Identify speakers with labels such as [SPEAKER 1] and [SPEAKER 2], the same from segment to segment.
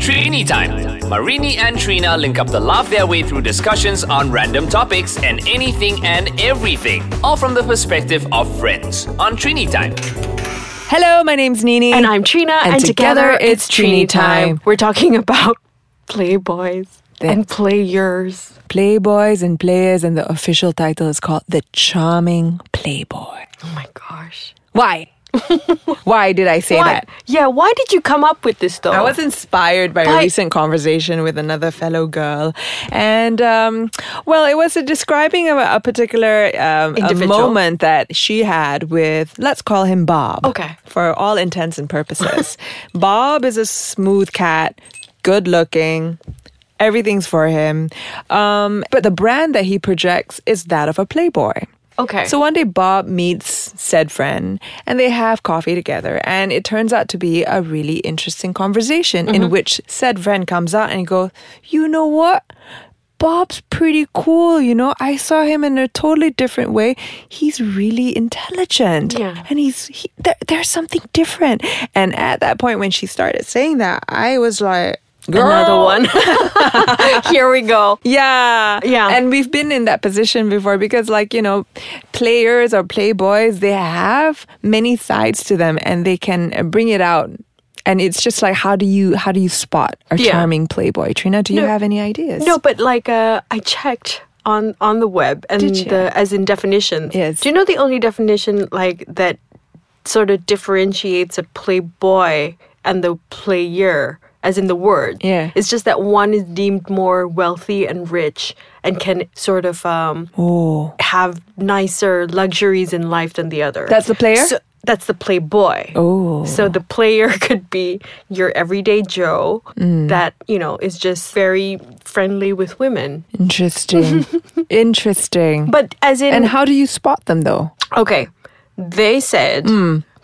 [SPEAKER 1] Trini time. Marini and Trina link up the laugh their way through discussions on random topics and anything and everything, all from the perspective of friends on Trini time.
[SPEAKER 2] Hello, my name's Nini.
[SPEAKER 3] And I'm Trina,
[SPEAKER 2] And
[SPEAKER 3] and,
[SPEAKER 2] together
[SPEAKER 3] together,
[SPEAKER 2] it's
[SPEAKER 3] it's
[SPEAKER 2] Trini
[SPEAKER 3] Trini
[SPEAKER 2] time.
[SPEAKER 3] time. We're talking about playboys and
[SPEAKER 2] That's-
[SPEAKER 3] play yours.
[SPEAKER 2] Playboys and Players, and the official title is called The Charming Playboy.
[SPEAKER 3] Oh my gosh.
[SPEAKER 2] Why? Why did I say
[SPEAKER 3] Why-
[SPEAKER 2] that?
[SPEAKER 3] Yeah, why did you come up with this though?
[SPEAKER 2] I was inspired by a
[SPEAKER 3] Why?
[SPEAKER 2] recent conversation with another fellow girl, and um, well, it was a describing of a, a particular um, a
[SPEAKER 3] Individual.
[SPEAKER 2] moment that she had with let's call him Bob.
[SPEAKER 3] Okay.
[SPEAKER 2] for all intents and purposes, Bob is a smooth cat, good looking. Everything's for him. Um, but the brand that he projects is that of a playboy.
[SPEAKER 3] Okay.
[SPEAKER 2] So one day Bob meets said friend and they have coffee together and it turns out to be a really interesting conversation in
[SPEAKER 3] Mm-hmm.
[SPEAKER 2] which said friend comes out and goes, "You know what? Bob's pretty cool, you know. I saw him in a totally different way. He's really intelligent,
[SPEAKER 3] Yeah.
[SPEAKER 2] and he's he, there, there's something different." And at that point, when she started saying that, I was like, "Girl,
[SPEAKER 3] another one. Here we go.
[SPEAKER 2] yeah.
[SPEAKER 3] Yeah.
[SPEAKER 2] And we've been in that position before because, like, you know, players or playboys, they have many sides to them and they can uh, bring it out. And it's just like, how do you how do you spot a
[SPEAKER 3] Yeah.
[SPEAKER 2] charming playboy? Trina, do you have any ideas?
[SPEAKER 3] No, but like uh, I checked on on the web and
[SPEAKER 2] Did you?
[SPEAKER 3] the as in definitions.
[SPEAKER 2] Yes.
[SPEAKER 3] Do you know the only definition like that sort of differentiates a playboy and the player as in the word?
[SPEAKER 2] Yeah.
[SPEAKER 3] It's just that one is deemed more wealthy and rich and can sort of um
[SPEAKER 2] Oh,
[SPEAKER 3] have nicer luxuries in life than the other.
[SPEAKER 2] That's the player?
[SPEAKER 3] So, that's the playboy.
[SPEAKER 2] Oh.
[SPEAKER 3] So the player could be your everyday Joe
[SPEAKER 2] Mm.
[SPEAKER 3] that, you know, is just very friendly with women.
[SPEAKER 2] interesting, interesting.
[SPEAKER 3] But as in
[SPEAKER 2] and how do you spot them though?
[SPEAKER 3] okay, they said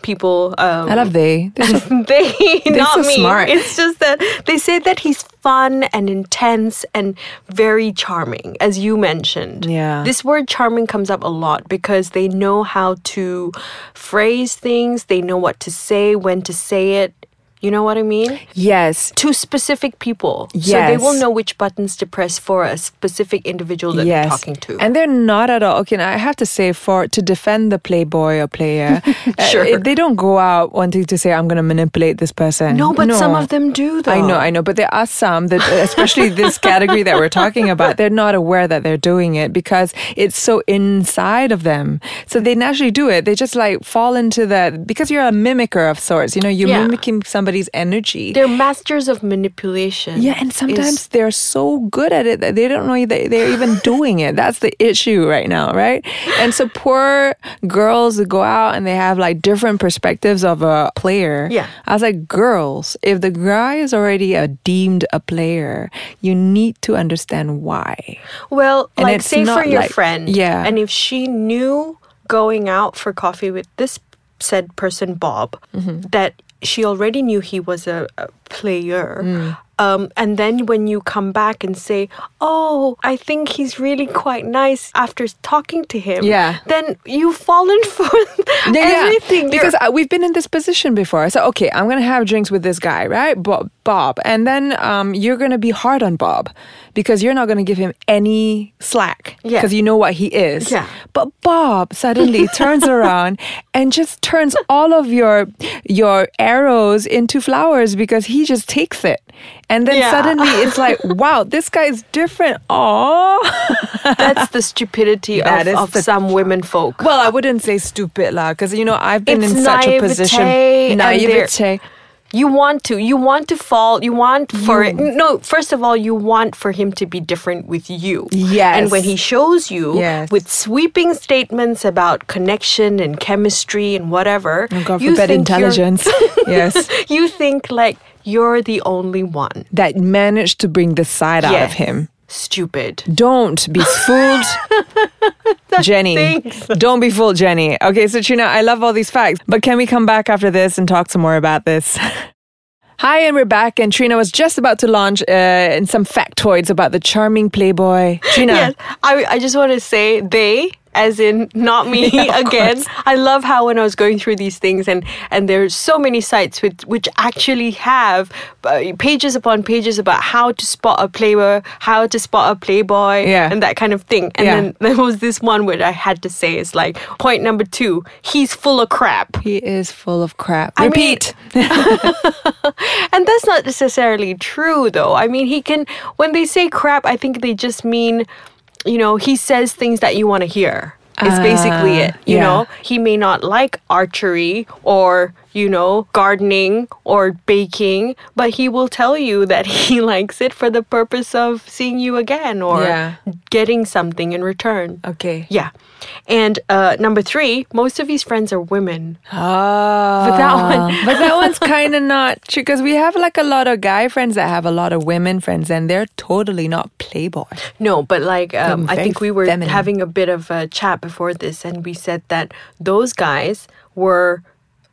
[SPEAKER 3] people um
[SPEAKER 2] Mm. I love they. This is-
[SPEAKER 3] they not
[SPEAKER 2] so
[SPEAKER 3] me.
[SPEAKER 2] smart.
[SPEAKER 3] It's just that they say that he's fun and intense and very charming, as you mentioned.
[SPEAKER 2] Yeah.
[SPEAKER 3] This word charming comes up a lot because they know how to phrase things, they know what to say, when to say it. You know what I mean?
[SPEAKER 2] yes,
[SPEAKER 3] To specific people. So they will
[SPEAKER 2] Yes.
[SPEAKER 3] know which buttons to press for a specific individual that they're talking to.
[SPEAKER 2] And they're not at all. Okay, now I have to say, for to defend the playboy or player, uh,
[SPEAKER 3] Sure.
[SPEAKER 2] it- they don't go out wanting to say, "I'm going to manipulate this person."
[SPEAKER 3] no, but some of them do though.
[SPEAKER 2] I know, I know, but there are some that, especially this category that we're talking about, they're not aware that they're doing it because it's so inside of them. So they naturally do it. They just like fall into that because you're a mimicker of sorts. You know, you're
[SPEAKER 3] Yeah.
[SPEAKER 2] mimicking somebody's energy.
[SPEAKER 3] They're masters of manipulation.
[SPEAKER 2] Yeah, and
[SPEAKER 3] is-
[SPEAKER 2] sometimes they're so good at it that they don't know that they're even doing it. That's the issue right now, right? And so poor girls that go out and they have like different perspectives of a player.
[SPEAKER 3] Yeah.
[SPEAKER 2] I was like, girls, if the guy is already a deemed a player, you need to understand why.
[SPEAKER 3] Well,
[SPEAKER 2] And
[SPEAKER 3] like
[SPEAKER 2] it's
[SPEAKER 3] say for
[SPEAKER 2] not
[SPEAKER 3] your
[SPEAKER 2] like-
[SPEAKER 3] friend,
[SPEAKER 2] yeah.
[SPEAKER 3] and if she knew going out for coffee with this said person, Bob,
[SPEAKER 2] Mm-hmm.
[SPEAKER 3] that she already knew he was a, a player.
[SPEAKER 2] Mm.
[SPEAKER 3] Um, and then when you come back and say, "Oh, I think he's really quite nice," after talking to him,
[SPEAKER 2] Yeah.
[SPEAKER 3] then you've fallen for everything. You're-
[SPEAKER 2] Because uh, we've been in this position before. So, okay, I'm going to have drinks with this guy, right? Bob. Bob. And then um, you're going to be hard on Bob because you're not going to give him any slack
[SPEAKER 3] Yeah.
[SPEAKER 2] because you know what he is.
[SPEAKER 3] Yeah.
[SPEAKER 2] But Bob suddenly turns around and just turns all of your your arrows into flowers because he just takes it. And then
[SPEAKER 3] Yeah.
[SPEAKER 2] suddenly it's like, wow, this guy is different. Aw.
[SPEAKER 3] that's the stupidity
[SPEAKER 2] That
[SPEAKER 3] of,
[SPEAKER 2] is
[SPEAKER 3] of
[SPEAKER 2] the-
[SPEAKER 3] some women folk.
[SPEAKER 2] Well, I wouldn't say stupid lah, because you know I've been
[SPEAKER 3] It's
[SPEAKER 2] in such a position.
[SPEAKER 3] naivete and they're-
[SPEAKER 2] Naivete.
[SPEAKER 3] You want to. You want to fall. You want for it. No, first of all, you want for him to be different with you.
[SPEAKER 2] Yes.
[SPEAKER 3] And when he shows you
[SPEAKER 2] Yes.
[SPEAKER 3] with sweeping statements about connection and chemistry and whatever,
[SPEAKER 2] Oh, God
[SPEAKER 3] you
[SPEAKER 2] forbid
[SPEAKER 3] think you're-
[SPEAKER 2] intelligence. yes,
[SPEAKER 3] You think like you're the only one.
[SPEAKER 2] that managed to bring the side out of
[SPEAKER 3] Yes.
[SPEAKER 2] him.
[SPEAKER 3] Stupid.
[SPEAKER 2] Don't be fooled, Jenny. Don't be fooled, Jenny. Okay, so Trina, I love all these facts, but can we come back after this and talk some more about this? Hi, and we're back. And Trina was just about to launch uh, in some factoids about the charming playboy. Trina,
[SPEAKER 3] Yes. I I just want to say they as in not me again. I love how when I was going through these things and and there's so many sites with which actually have uh, pages upon pages about how to spot a player, how to spot a playboy,
[SPEAKER 2] Yeah.
[SPEAKER 3] and that kind of thing. And
[SPEAKER 2] Yeah.
[SPEAKER 3] then there was this one where I had to say is like point number two, he's full of crap.
[SPEAKER 2] He is full of crap.
[SPEAKER 3] I mean-
[SPEAKER 2] Repeat.
[SPEAKER 3] And that's not necessarily true, though. I mean, he can, when they say crap, I think they just mean, you know, he says things that you want to hear. It's basically
[SPEAKER 2] Ah,
[SPEAKER 3] it. You
[SPEAKER 2] yeah.
[SPEAKER 3] know, he may not like archery or, you know, gardening or baking, but he will tell you that he likes it for the purpose of seeing you again or
[SPEAKER 2] Yeah.
[SPEAKER 3] getting something in return.
[SPEAKER 2] okay.
[SPEAKER 3] Yeah. And uh, number three, most of his friends are women.
[SPEAKER 2] Ah,
[SPEAKER 3] But that one-
[SPEAKER 2] but that one's kind of not true because we have like a lot of guy friends that have a lot of women friends, and they're totally not playboy.
[SPEAKER 3] No, but like um,
[SPEAKER 2] Um,
[SPEAKER 3] I
[SPEAKER 2] very
[SPEAKER 3] think we were
[SPEAKER 2] feminine.
[SPEAKER 3] having a bit of a chat before this, and we said that those guys were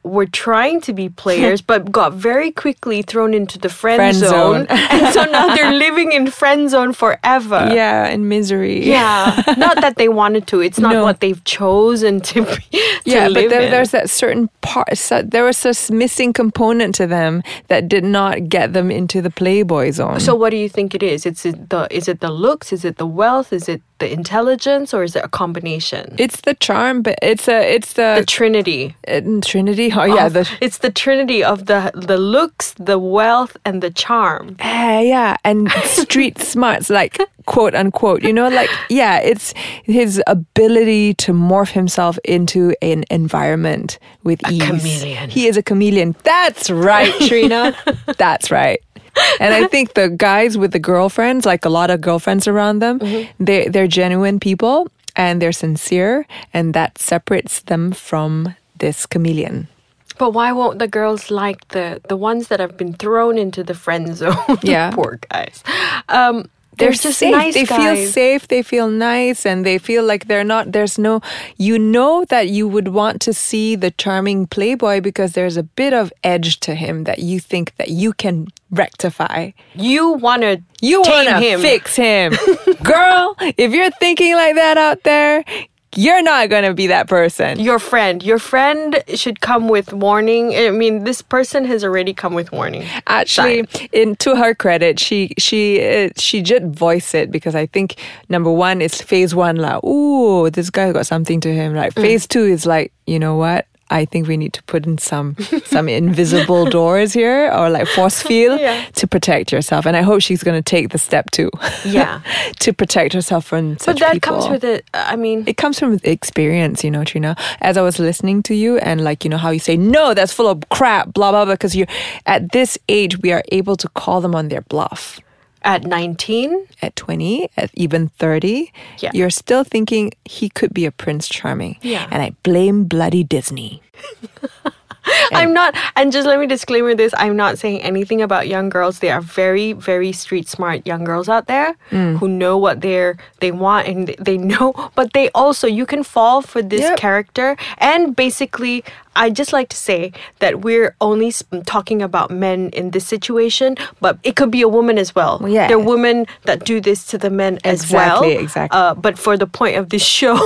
[SPEAKER 3] were trying to be players, but got very quickly thrown into the friend,
[SPEAKER 2] Friend
[SPEAKER 3] zone,
[SPEAKER 2] zone.
[SPEAKER 3] and so now they're living in friend zone forever.
[SPEAKER 2] yeah, in misery.
[SPEAKER 3] Uh, Yeah, not that they wanted to. It's not
[SPEAKER 2] No.
[SPEAKER 3] what they've chosen to be. To
[SPEAKER 2] Yeah,
[SPEAKER 3] live
[SPEAKER 2] but there,
[SPEAKER 3] in.
[SPEAKER 2] there's that certain part. So there was this missing component to them that did not get them into the playboy zone.
[SPEAKER 3] So what do you think it is? It's it the is it the looks? Is it the wealth? Is it the intelligence? Or is it a combination?
[SPEAKER 2] it's the charm, but it's a it's
[SPEAKER 3] the
[SPEAKER 2] the,
[SPEAKER 3] Trinity.
[SPEAKER 2] uh, Trinity. Oh yeah,
[SPEAKER 3] of-
[SPEAKER 2] the
[SPEAKER 3] it's the trinity of the the looks, the wealth, and the charm.
[SPEAKER 2] Uh, yeah, and street smarts, like quote unquote. You know, like, yeah, it's his ability to morph himself into an environment with ease.
[SPEAKER 3] chameleon.
[SPEAKER 2] He is a chameleon. That's right, Trina. That's right. And I think the guys with the girlfriends, like a lot of girlfriends around them, they, they're genuine people and they're sincere, and that separates them from this chameleon.
[SPEAKER 3] But why won't the girls like the the ones that have been thrown into the friend zone?
[SPEAKER 2] Yeah.
[SPEAKER 3] poor guys. Um,
[SPEAKER 2] they're,
[SPEAKER 3] they're, just
[SPEAKER 2] safe.
[SPEAKER 3] nice
[SPEAKER 2] they feel
[SPEAKER 3] guys.
[SPEAKER 2] safe they feel nice and they feel like they're not there's no you know that you would want to see the charming playboy because there's a bit of edge to him that you think that you can rectify
[SPEAKER 3] You wanna
[SPEAKER 2] you
[SPEAKER 3] tame
[SPEAKER 2] want to
[SPEAKER 3] him.
[SPEAKER 2] fix him girl if you're thinking like that out there you're not going to be that person
[SPEAKER 3] Your friend, your friend should come with warning. I mean, this person has already come with warning.
[SPEAKER 2] actually in to her credit she she uh, she did voice it because i think number one is phase one like ooh this guy got something to him
[SPEAKER 3] Mm.
[SPEAKER 2] like phase two is like you know what I think we need to put in some some invisible doors here or like force field
[SPEAKER 3] Yeah.
[SPEAKER 2] to protect yourself. And I hope she's going to take the step too.
[SPEAKER 3] Yeah.
[SPEAKER 2] to protect herself from such
[SPEAKER 3] But that
[SPEAKER 2] people
[SPEAKER 3] comes with it. I mean,
[SPEAKER 2] it comes from experience, you know, Trina. As I was listening to you and like, you know, how you say, no, that's full of crap, blah, blah, blah, because you're at this age, we are able to call them on their bluff.
[SPEAKER 3] at nineteen,
[SPEAKER 2] At 20, at even 30,
[SPEAKER 3] Yeah.
[SPEAKER 2] you're still thinking he could be a Prince Charming.
[SPEAKER 3] Yeah.
[SPEAKER 2] And I blame bloody Disney.
[SPEAKER 3] I'm not, and just let me disclaimer this I'm not saying anything about young girls. There are very, very street smart young girls out there
[SPEAKER 2] Mm.
[SPEAKER 3] who know what they're, they want and th- they know, but they also, you can fall for this
[SPEAKER 2] Yep.
[SPEAKER 3] character. And basically, I just like to say that we're only s- talking about men in this situation, but it could be a woman as well.
[SPEAKER 2] yeah.
[SPEAKER 3] There are women that do this to the men as well.
[SPEAKER 2] Exactly, exactly.
[SPEAKER 3] Uh, but for the point of this show,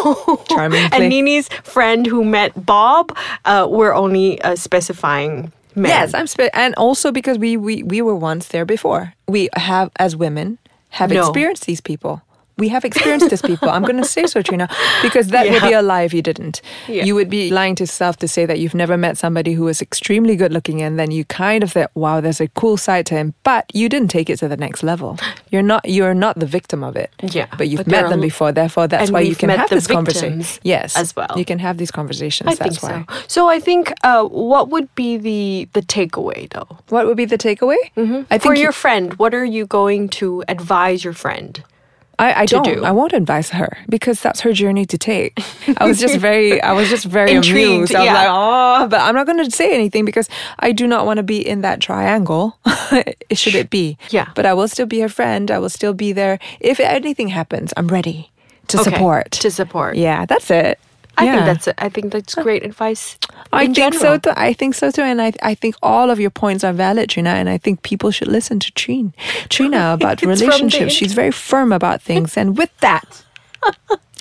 [SPEAKER 2] Charming
[SPEAKER 3] and
[SPEAKER 2] play.
[SPEAKER 3] Nini's friend who met Bob, uh, we're only uh, specifying men.
[SPEAKER 2] Yes, I'm spe- and also because we, we we were once there before. We have as women have
[SPEAKER 3] No.
[SPEAKER 2] experienced these people. We have experienced these people. I'm going to say so, Trina, because that would be a lie if you didn't.
[SPEAKER 3] Yeah.
[SPEAKER 2] You would be lying to yourself to say that you've never met somebody who was extremely good looking, and then you kind of thought, "Wow, there's a cool side to him," but you didn't take it to the next level. You're not you're not the victim of it.
[SPEAKER 3] Yeah,
[SPEAKER 2] but you've
[SPEAKER 3] but there
[SPEAKER 2] met
[SPEAKER 3] are
[SPEAKER 2] them
[SPEAKER 3] l-
[SPEAKER 2] before. Therefore, that's
[SPEAKER 3] and
[SPEAKER 2] why you
[SPEAKER 3] we've
[SPEAKER 2] can
[SPEAKER 3] met
[SPEAKER 2] have
[SPEAKER 3] the
[SPEAKER 2] this conversation.
[SPEAKER 3] victims
[SPEAKER 2] Yes,
[SPEAKER 3] as well.
[SPEAKER 2] You can have these conversations.
[SPEAKER 3] I think
[SPEAKER 2] that's
[SPEAKER 3] so.
[SPEAKER 2] why.
[SPEAKER 3] So I think uh, what would be the the takeaway though
[SPEAKER 2] What would be the takeaway? Mm-hmm. I think
[SPEAKER 3] for
[SPEAKER 2] you-
[SPEAKER 3] your friend? What are you going to advise your friend?
[SPEAKER 2] I, I don't.
[SPEAKER 3] do.
[SPEAKER 2] I won't advise her because that's her journey to take. I was just very, I was just very
[SPEAKER 3] Intrigued,
[SPEAKER 2] amused. I was
[SPEAKER 3] yeah.
[SPEAKER 2] like, oh, but I'm not going to say anything because I do not want to be in that triangle. Should it be?
[SPEAKER 3] Yeah.
[SPEAKER 2] But I will still be her friend. I will still be there. If anything happens, I'm ready to
[SPEAKER 3] Okay,
[SPEAKER 2] support.
[SPEAKER 3] to support.
[SPEAKER 2] Yeah, that's it.
[SPEAKER 3] I
[SPEAKER 2] Yeah. Uh,
[SPEAKER 3] think that's it. I think that's great advice.
[SPEAKER 2] I
[SPEAKER 3] in
[SPEAKER 2] think
[SPEAKER 3] general.
[SPEAKER 2] so too. I think so too, and I I think all of your points are valid, Trina. And I think people should listen to Trina, Trina about
[SPEAKER 3] It's from the
[SPEAKER 2] relationships. She's very firm about things, and with that,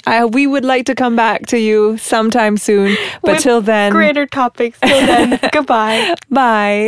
[SPEAKER 2] I, we would like to come back to you sometime soon. But
[SPEAKER 3] With
[SPEAKER 2] till then,
[SPEAKER 3] Greater topics. Till then, goodbye.
[SPEAKER 2] bye.